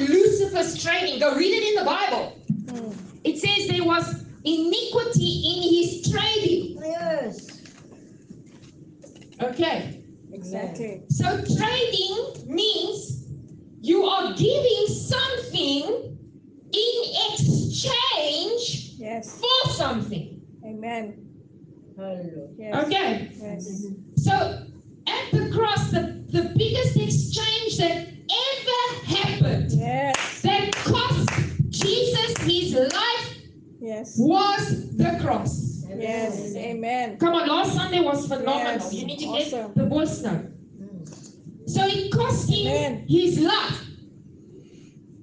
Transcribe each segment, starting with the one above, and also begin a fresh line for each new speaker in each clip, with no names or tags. Sisyphus training. Go read it in the Bible.
Mm,
It says there was iniquity in his trading.
Yes.
Okay.
Exactly.
So trading means you are giving something in exchange
Yes.
for something.
Amen.
Hello.
Yes.
Okay.
Yes.
So at the cross, the, the biggest exchange that ever happened
Yes.
that cost Jesus his life
Yes.
was the cross.
Yes. Amen.
Come on, last Sunday was phenomenal.
Yes,
You need to
awesome.
get the voice now. So it cost him
Amen.
his life.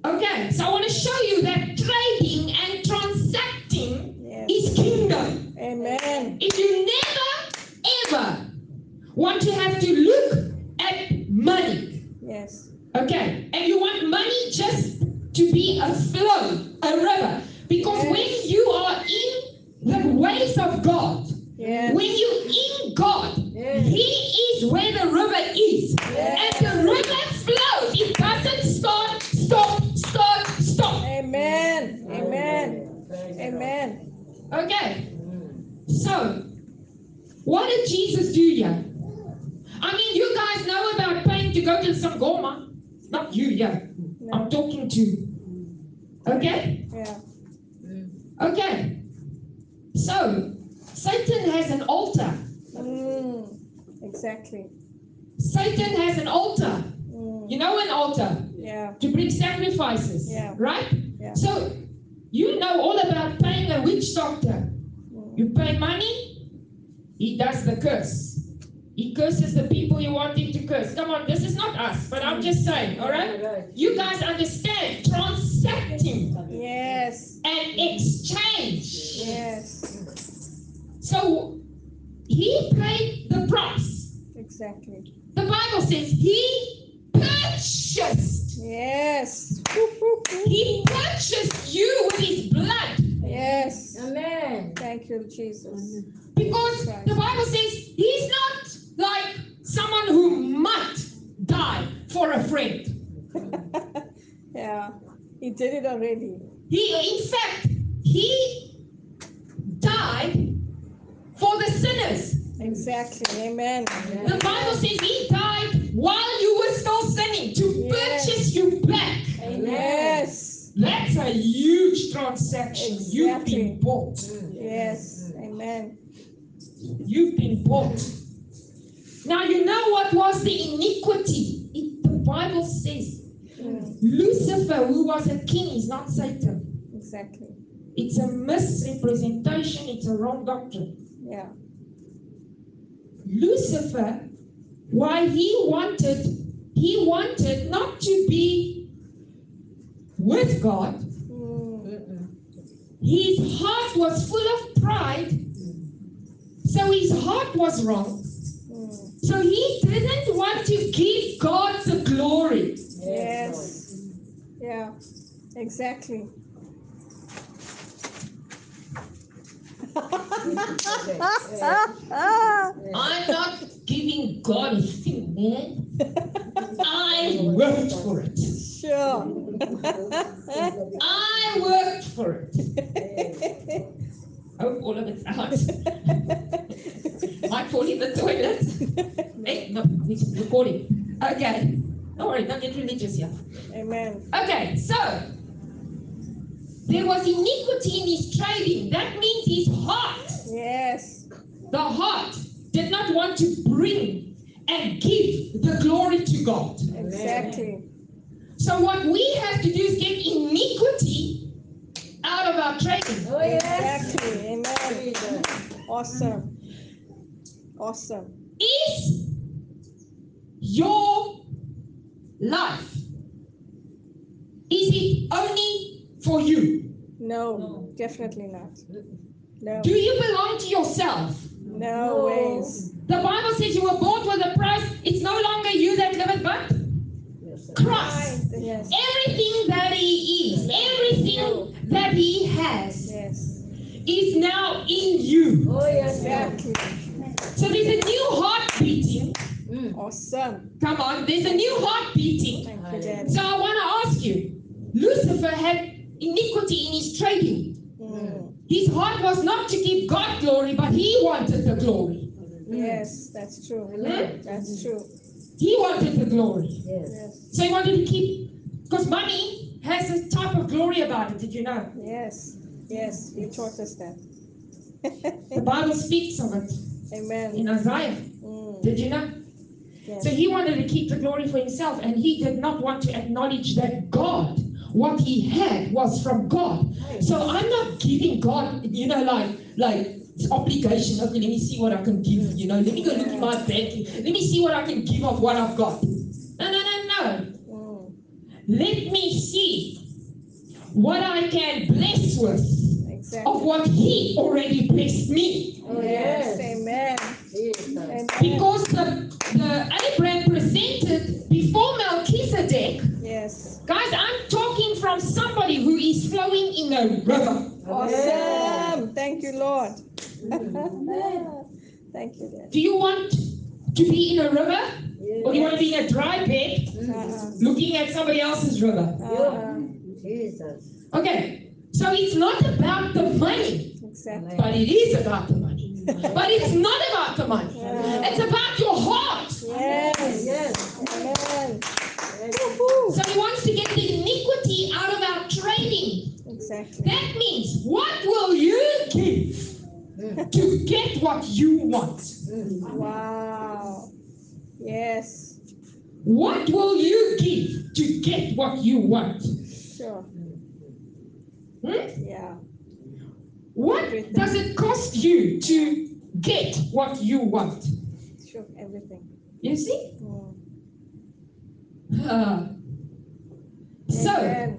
Okay, so I want to show you that trading and transacting
Yes.
is kingdom.
Amen.
If you never ever want to have to look at money,
Yes.
okay, and you want money just to be a flow, a river, because
Yes.
when you are in the ways of God,
Yes.
when you in God,
Yes.
He is where the river is, and
Yes.
the river flows. It doesn't start, stop, start, stop.
Amen. Amen. Amen.
Okay, So, what did Jesus do here? I mean, you guys know about paying to go to some Goma. Not you, yeah. I'm
No.
talking to. Okay?
Yeah.
Okay. So, Satan has an altar.
Mm. Exactly.
Satan has an altar.
Mm.
You know an altar
Yeah.
to bring sacrifices.
Yeah.
Right?
Yeah.
So, you know all about paying a witch doctor.
Mm.
You pay money, he does the curse. He curses the people you want him to curse. Come on, this is not us, but I'm just saying, all right? You guys understand transacting
Yes.
and exchange.
Yes.
So he paid the price.
Exactly.
The Bible says he purchased.
Yes. Whoop, whoop, whoop.
He purchased you with his blood
Yes.
Amen.
Thank you, Jesus.
because the Bible says he's not like someone who might die for a friend.
yeah. He did it already.
He, in fact, he died for the sinners.
Exactly. Amen.
The Bible says he died while you were still sinning to
Yes.
purchase you back.
Yes.
That's a huge transaction. You've
Exactly.
been bought.
Yes. Amen.
You've been bought. Now you know what was the iniquity. It, the Bible says
Mm.
Lucifer, who was a king, is not Satan.
Exactly.
It's a misrepresentation. It's a wrong doctrine.
Yeah.
Lucifer, why he wanted, he wanted not to be with God.
Mm.
His heart was full of pride, so his heart was wrong.
Mm.
So he didn't want to give God the glory.
Yes. Yeah. Exactly.
I'm not giving God a thing, man. I worked for it.
sure.
Oh, I worked for it. I hope all of it's out. Might fall in the toilet. Hey, no, we're recording. Okay. Don't worry, don't get religious here.
Amen.
Okay, so there was iniquity in his trading. That means his heart,
Yes.
the heart, did not want to bring and give the glory to God.
Exactly.
So what we have to do is get iniquity out of our trading.
Oh, yes.
Exactly. Amen. Awesome. Awesome.
Is your life is it only for you?
No, definitely not. No.
Do you belong to yourself?
No ways.
The Bible says you were bought with a price. It's no longer you that liveth, but Christ.
Yes.
Everything that He is, everything that He has,
Yes.
is now in you.
Oh, yes.
Exactly.
So there's a new heart beating.
Awesome.
Come on, there's a new heart beating.
Thank you, Daddy.
So I want to ask you Lucifer had iniquity in his trading.
Mm.
His heart was not to give God glory, but he wanted the glory.
Yes, that's true.
Hmm?
That's true.
He wanted the glory.
Yes.
Yes.
So he wanted to keep, because money has a type of glory about it, did you know?
Yes. Yes. You taught us that.
The Bible speaks of it
Amen.
in Isaiah,
Mm.
did you know?
Yes.
So he wanted to keep the glory for himself, and he did not want to acknowledge that God, what he had, was from God. So I'm not giving God, you know, like like it's obligation. Okay, let me see what I can give. You know, let me go look in my bank. Let me see what I can give of what I've got. No, no, no, no.
Mm.
Let me see what I can bless with of
Exactly.
what He already blessed me.
Oh,
Yes.
yes.
Amen.
Jesus.
Amen.
Because the, the Abraham presented before Melchizedek.
Yes.
Guys, I'm talking from somebody who is flowing in a river.
Amen.
Awesome. Thank you, Lord. Thank you, Lord.
Do you want to be in a river or do you want
Uh-huh.
to be in a dry bed
Uh-uh.
looking at somebody else's river?
Uh-uh.
Jesus.
Okay, so it's not about the money,
Exactly.
but it is about the money. But it's not about the money,
Uh-uh.
it's about your heart.
Yes.
Yes.
Amen.
So he wants to get the iniquity out of our training.
Exactly.
That means, what will you give to get what you want?
Wow. Yes.
What will you give to get what you want?
Sure.
Hmm?
Yeah.
What does it cost you to get what you want?
Sure. Everything.
You see?
Mm.
Ah. so
Amen.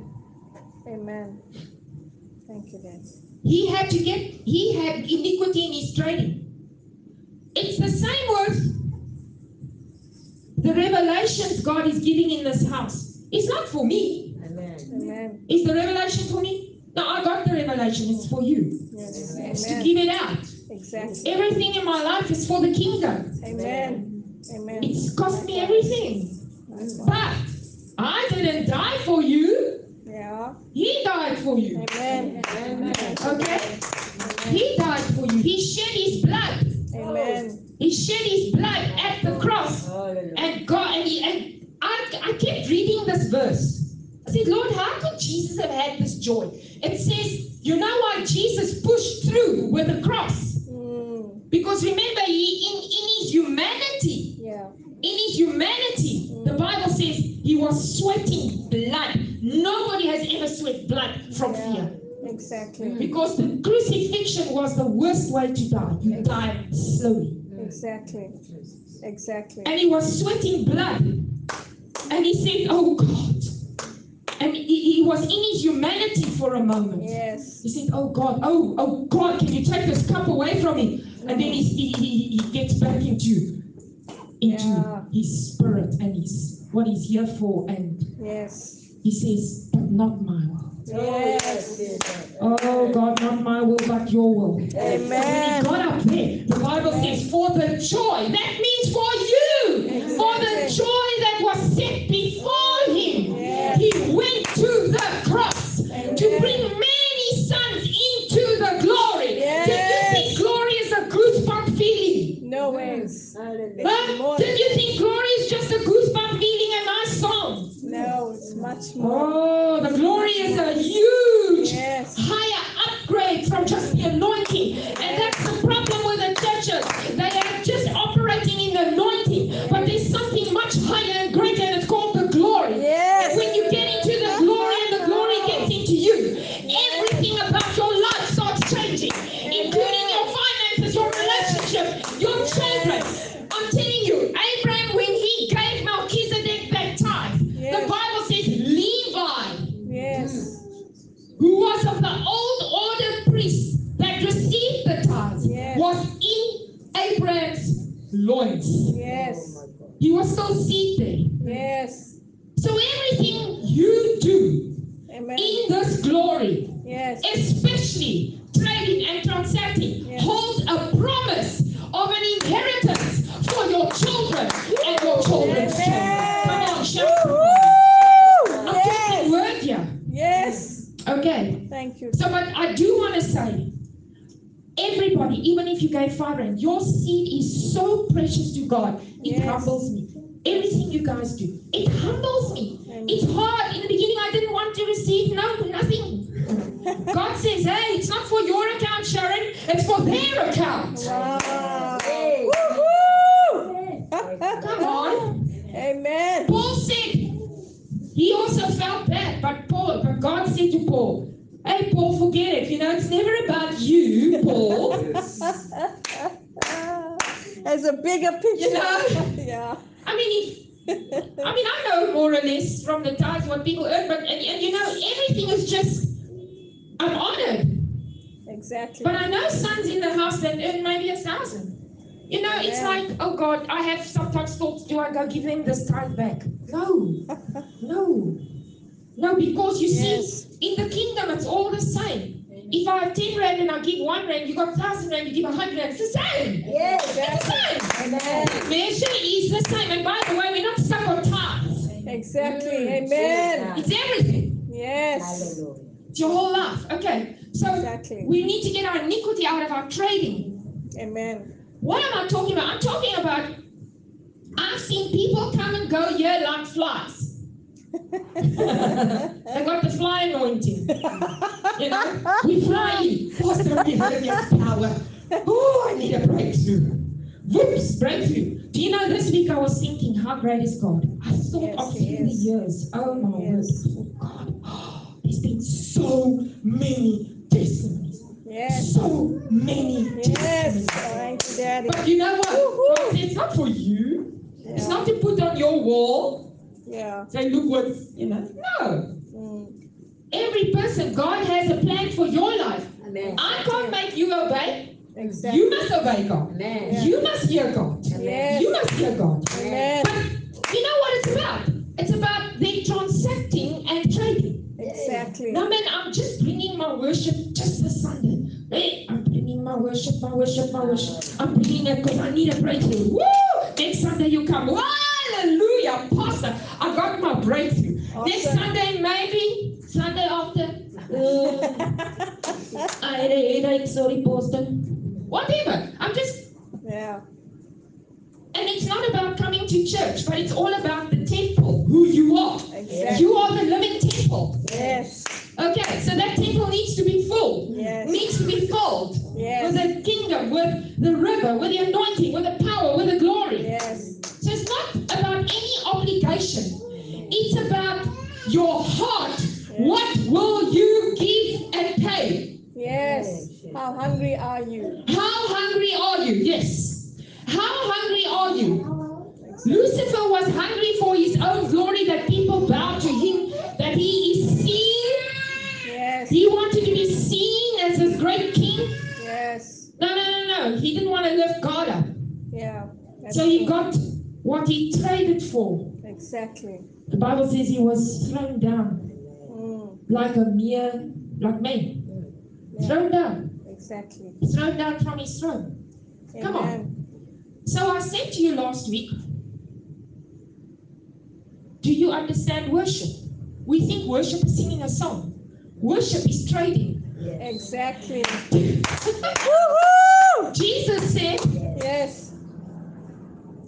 Amen. Thank you, Dad.
he had to get, he had iniquity in his training. It's the same with the revelations God is giving in this house. It's not for me.
Amen.
Amen.
Is the revelation for me? No, I got the revelation. It's for you.
Yes.
It's to
Amen.
give it out.
Exactly.
Everything in my life is for the kingdom.
Amen. Amen.
It's cost me everything.
Likewise.
But I didn't die for you.
Yeah.
He died for you.
Amen.
Amen.
Okay? He died for you. He shed his blood.
Amen.
He shed his blood at the cross.
Hallelujah.
And God and, he, and I I kept reading this verse. I said, Lord, how could Jesus have had this joy? It says, you know why Jesus pushed through with the cross?
Mm.
Because remember, he in, in his humanity,
Yeah.
in his humanity, the Bible says he was sweating blood. Nobody has ever sweat blood from
Yeah.
fear.
Exactly.
Because the crucifixion was the worst way to die. You die slowly.
Exactly. Exactly.
And he was sweating blood. And he said, Oh God. And he, he was in his humanity for a moment.
Yes.
He said, Oh God, oh, oh God, can you take this cup away from me? And then he, he, he, he gets back into, into
Yeah.
his spirit and his, what he's here for. And
Yes.
he says, But not my will.
Yes.
Oh God, not my will, but your will.
Amen.
And when he got up there, the Bible says, for the joy. That means for you. For the joy that was set before him,
Yes.
he went to the cross to bring many sons into the glory.
Yes.
Did you think glory is a goosebump feeling?
No ways.
Hallelujah.
Huh?
More.
Did you think glory is just a goosebump feeling and nice song?
No, it's much more.
Oh, the glory is a huge
Yes.
higher upgrade from just the anointing. And that's the problem with the churches. They are just operating in the anointing, but there's something much higher and greater, and it's called the glory.
Yes.
When you get into the glory and the glory gets into you, everything about your life starts changing, including your finances, your relationship, your children. I'm telling you, Abraham, when he gave Melchizedek that tithe, the
Yes.
Bible says Levi
Yes.
who was of the old order priest that received the tithe,
Yes.
was in Abraham's loins.
Yes.
Oh
He was still seated.
Yes.
So everything you do
Amen.
in this glory,
Yes.
especially trading and transacting,
Yes.
holds a promise of an inheritance for your children and your children's children. Come on, shout.
Woo!
I'm
Yes.
taking word here. Okay.
Thank you.
So, but I do want to say, everybody, even if you gave five rand, your seed is so precious to God. It
Yes.
humbles me. Everything you guys do, it humbles me.
Amen.
It's hard. In the beginning, I didn't want to receive no nothing. God says, "Hey, it's not for your account, Sharon. It's for their account."
Wow.
Hey.
Woo-hoo.
Come on.
Amen.
Paul said he also felt bad, but Paul, but God said to Paul, "Hey, Paul, forget it. You know, it's never about you, Paul.
There's a bigger picture.
You know?
Yeah.
I mean, if, I mean, I know more or less from the tithes what people earn, but and, and you know, everything is just." I'm honored,
Exactly.
but I know sons in the house that earn maybe a thousand. You know, it's
Yeah.
like, oh God, I have sometimes thoughts, do I go give them this tithe back? No, no, no, because you
Yes.
see, in the kingdom, it's all the same. If I have 10 rand and I give 1 rand, you got 1,000 rand, you give 100 rand, it's the same.
Yes.
It's the same.
Amen.
Measure is the same. And by the way, we're not stuck on tithes,
Exactly.
Mm,
Amen.
Jesus.
it's everything,
Yes.
Hallelujah.
it's your whole life. Okay, so
Exactly.
we need to get our iniquity out of our trading.
Amen.
What am I talking about? I'm talking about I've seen people come and go here like flies. they got the fly anointing. You know, we fly you. Pastor, we heard your power. Oh, I need a breakthrough. Whoops, breakthrough. Do you know this week I was thinking, how great is God? I thought
Yes,
of
He
him the
is.
years. Oh my
He
word.
is.
Oh God. there's been so many testimonies.
Yes.
So many
Yes.
testimonies.
Thank you, Daddy.
But you know what?
Woo-hoo.
God says, It's not for you. It's
Yeah.
not to put on your wall.
Yeah.
Say, look what you know. No.
Mm.
Every person, God has a plan for your life.
Amen.
I can't make you obey.
Exactly.
You must obey God.
Amen.
You must hear God.
Yes.
You must hear God.
Amen.
But you know what it's about? It's about them transacting and trading.
Exactly.
No man, I'm just bringing my worship just this Sunday. Hey, I'm bringing my worship, my worship, my worship. I'm bringing it because I need a breakthrough. Woo! Next Sunday you come. Hallelujah, Pastor. I got my breakthrough. Next
Awesome.
Sunday maybe. Sunday after. Uh, I had a headache. Sorry, Pastor. Whatever. I'm just.
Yeah.
And it's not about coming to church, but it's all about the temple, who you are.
Exactly.
You are the living temple.
Yes.
Okay, so that temple needs to be full
Yes.
needs to be filled with
Yes.
the kingdom, with the river, with the anointing, with the power, with the glory.
Yes.
So it's not about any obligation. It's about your heart. What will you give and pay?
Yes. How hungry are you?
How hungry are you? Yes. How hungry are you? Lucifer was hungry for his own glory that people bow to him, that he is seen.
Yes.
He wanted to be seen as this great king.
Yes.
No, no, no, no. He didn't want to lift God up.
Yeah. That's
So he
true.
got what he traded for.
Exactly.
The Bible says he was thrown down
Mm.
like a mere, like me.
Yeah.
Thrown down,
Exactly.
thrown down from his throne. Come on.
Amen.
So I said to you last week, do you understand worship? We think worship is singing a song. Worship is trading.
Exactly.
Jesus said,
Yes.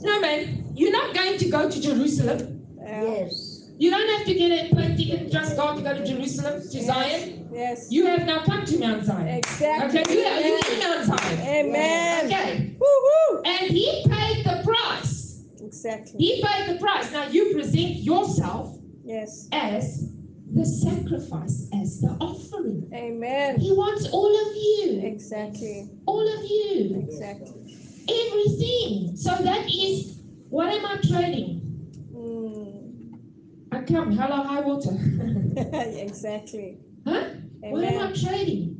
No man, you're not going to go to Jerusalem.
Yeah.
Yes.
You don't have to get a plane ticket and trust God to go to Jerusalem, to Zion.
Yes.
You have now come to Mount Zion.
Exactly.
Okay, you have you in Mount Zion.
Amen.
Okay,
Woo-hoo.
and he paid the price.
Exactly.
He paid the price. Now you present yourself
Yes.
as the sacrifice, as the offering.
Amen.
He wants all of you,
Exactly.
all of you,
Exactly.
everything. So that is what am I trading?
Mm.
I come, hello, high water.
exactly.
huh? What am I
Amen.
trading?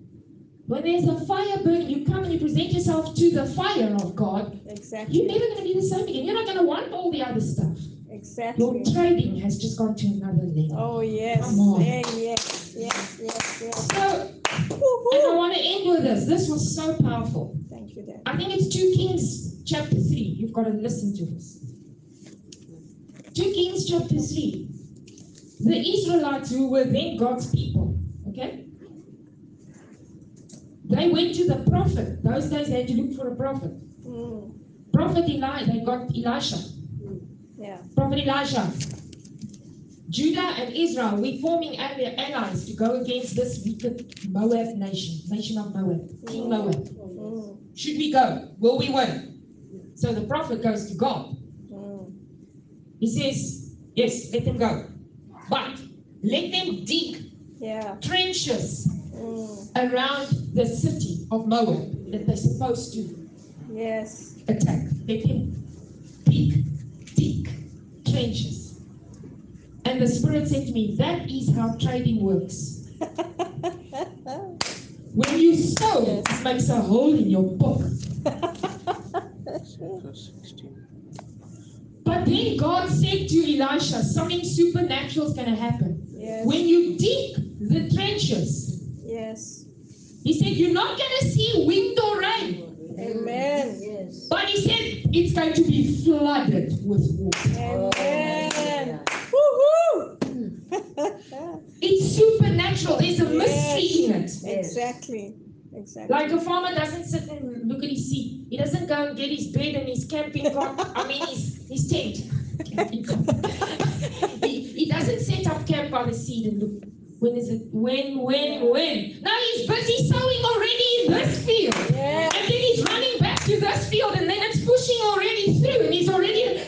When there's a fire burning, you come and you present yourself to the fire of God. You're
Exactly.
never going to be the same again. You're not going to want all the other stuff. Your
Exactly.
trading has just gone to another level.
Oh yes.
Come on.
Hey, yes. Yes. Yes. Yes.
So, and I
Woo-hoo.
want to end with this. This was so powerful.
Thank you, Dad.
I think it's 2 Kings chapter 3. You've got to listen to this. 2 Kings chapter 3. The Israelites who were then God's people, Okay? They went to the prophet. Those days they had to look for a prophet.
Mm,
Prophet Eli, they got Elisha.
yeah.
Prophet Elisha. Judah and Israel, we're forming ali- allies to go against this wicked Moab nation, nation of Moab, King Moab.
Mm,
Should we go? Will we win? So the prophet goes to God.
mm,
He says, Yes, let them go. But let them dig
yeah.
trenches
Mm,
around the city of Moab that they're supposed to
yes.
attack. Let them dig, dig trenches. And the Spirit said to me, That is how trading works. When you sow, it makes a hole in your book. But then God said to Elisha, Something supernatural is going to happen.
yes.
When you dig the trenches,
Yes.
He said, You're not going to see wind or rain.
Mm. Amen.
Yes.
But he said, It's going to be flooded with water.
Amen.
Oh, Hallelujah.
Woohoo!
It's supernatural. There's a mystery in it.
Yes.
exactly. Exactly.
Like a farmer doesn't sit and look at his seed. He doesn't go and get his bed and his camping cot. I mean, his, his tent. Camping cot. he, he doesn't set up camp by the seed and look. When is it? When, when, when? No, he's busy sowing already in this field.
yeah.
And then he's running back to this field and then it's pushing already through and he's already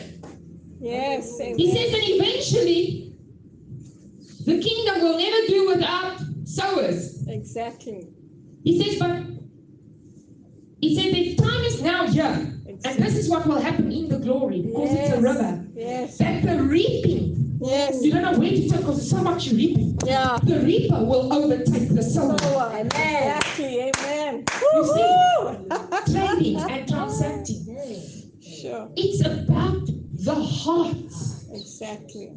Yes.
He
Amen.
says that eventually the kingdom will never do without sowers.
Exactly.
He says, but he said the time is now here, and
Exactly.
this is what will happen in the glory because it's a
Yes.
river.
Yes.
That the reaping,
Yes.
you don't know where to take because so much reaping.
Yeah.
The reaper will overtake the sower.
Amen.
Amen.
Exactly. Amen.
You see?
Woohoo!
Trading and transacting.
Yes.
sure.
It's about the heart.
Exactly.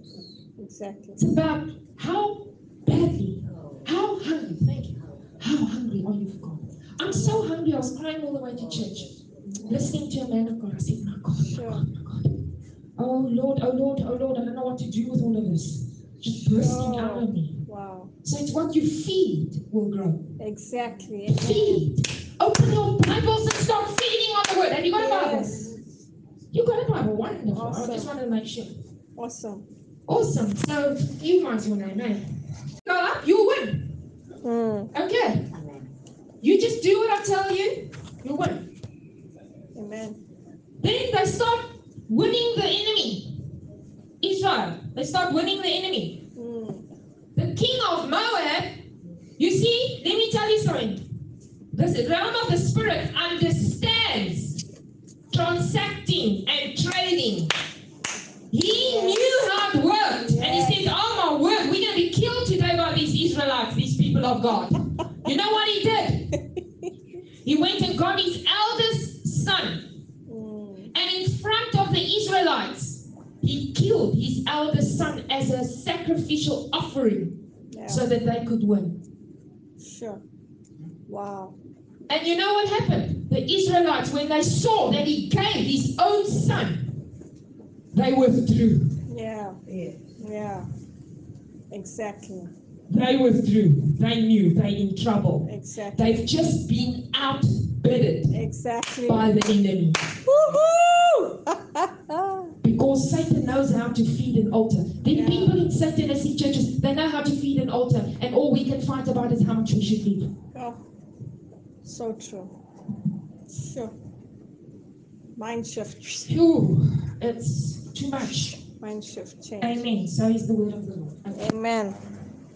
Exactly.
It's about how badly
Oh,
How hungry, thank you. How hungry are you for God? I'm so hungry, I was crying all the way to church, listening to a man of God. I said, My God, my
Sure.
God, my God. Oh Lord, oh Lord, oh Lord, I don't know what to do with all of this. Just bursting out of me.
Wow.
So it's what you feed will grow.
Exactly. Amen.
Feed. Open your Bibles and start feeding on the word. Have you got a Bible?
Yes.
You got a Bible, wonderful. I just
Awesome.
wanted to make sure.
Awesome.
Awesome. So you might your name, eh? Go up, you'll win.
Mm.
Okay. You just do what I tell you, you win.
Amen.
Then they start winning the enemy. Israel, they start winning the enemy.
Mm.
The king of Moab, you see, let me tell you something. The realm of the spirit understands transacting and trading. He knew how it worked, and he said, Oh my word, we're going to be killed today by these Israelites, these people of God. You know what he did? He went and got his eldest son,
Mm.
and in front of the Israelites, he killed his eldest son as a sacrificial offering
Yeah.
so that they could win.
Sure. Wow.
And you know what happened? The Israelites, when they saw that he gave his own son, they withdrew.
Yeah.
yes.
Yeah. Exactly.
They withdrew. They knew they're in trouble.
Exactly.
They've just been outbidded
Exactly.
by the enemy.
Woohoo!
Because Satan knows how to feed an altar. Then
Yeah.
people in Satanistic churches, they know how to feed an altar, and all we can fight about is how much we should give.
oh, so true. Sure. Mind shift.
Phew, it's too much.
Mind shift change.
Amen. So is the word of the Lord. Okay.
Amen.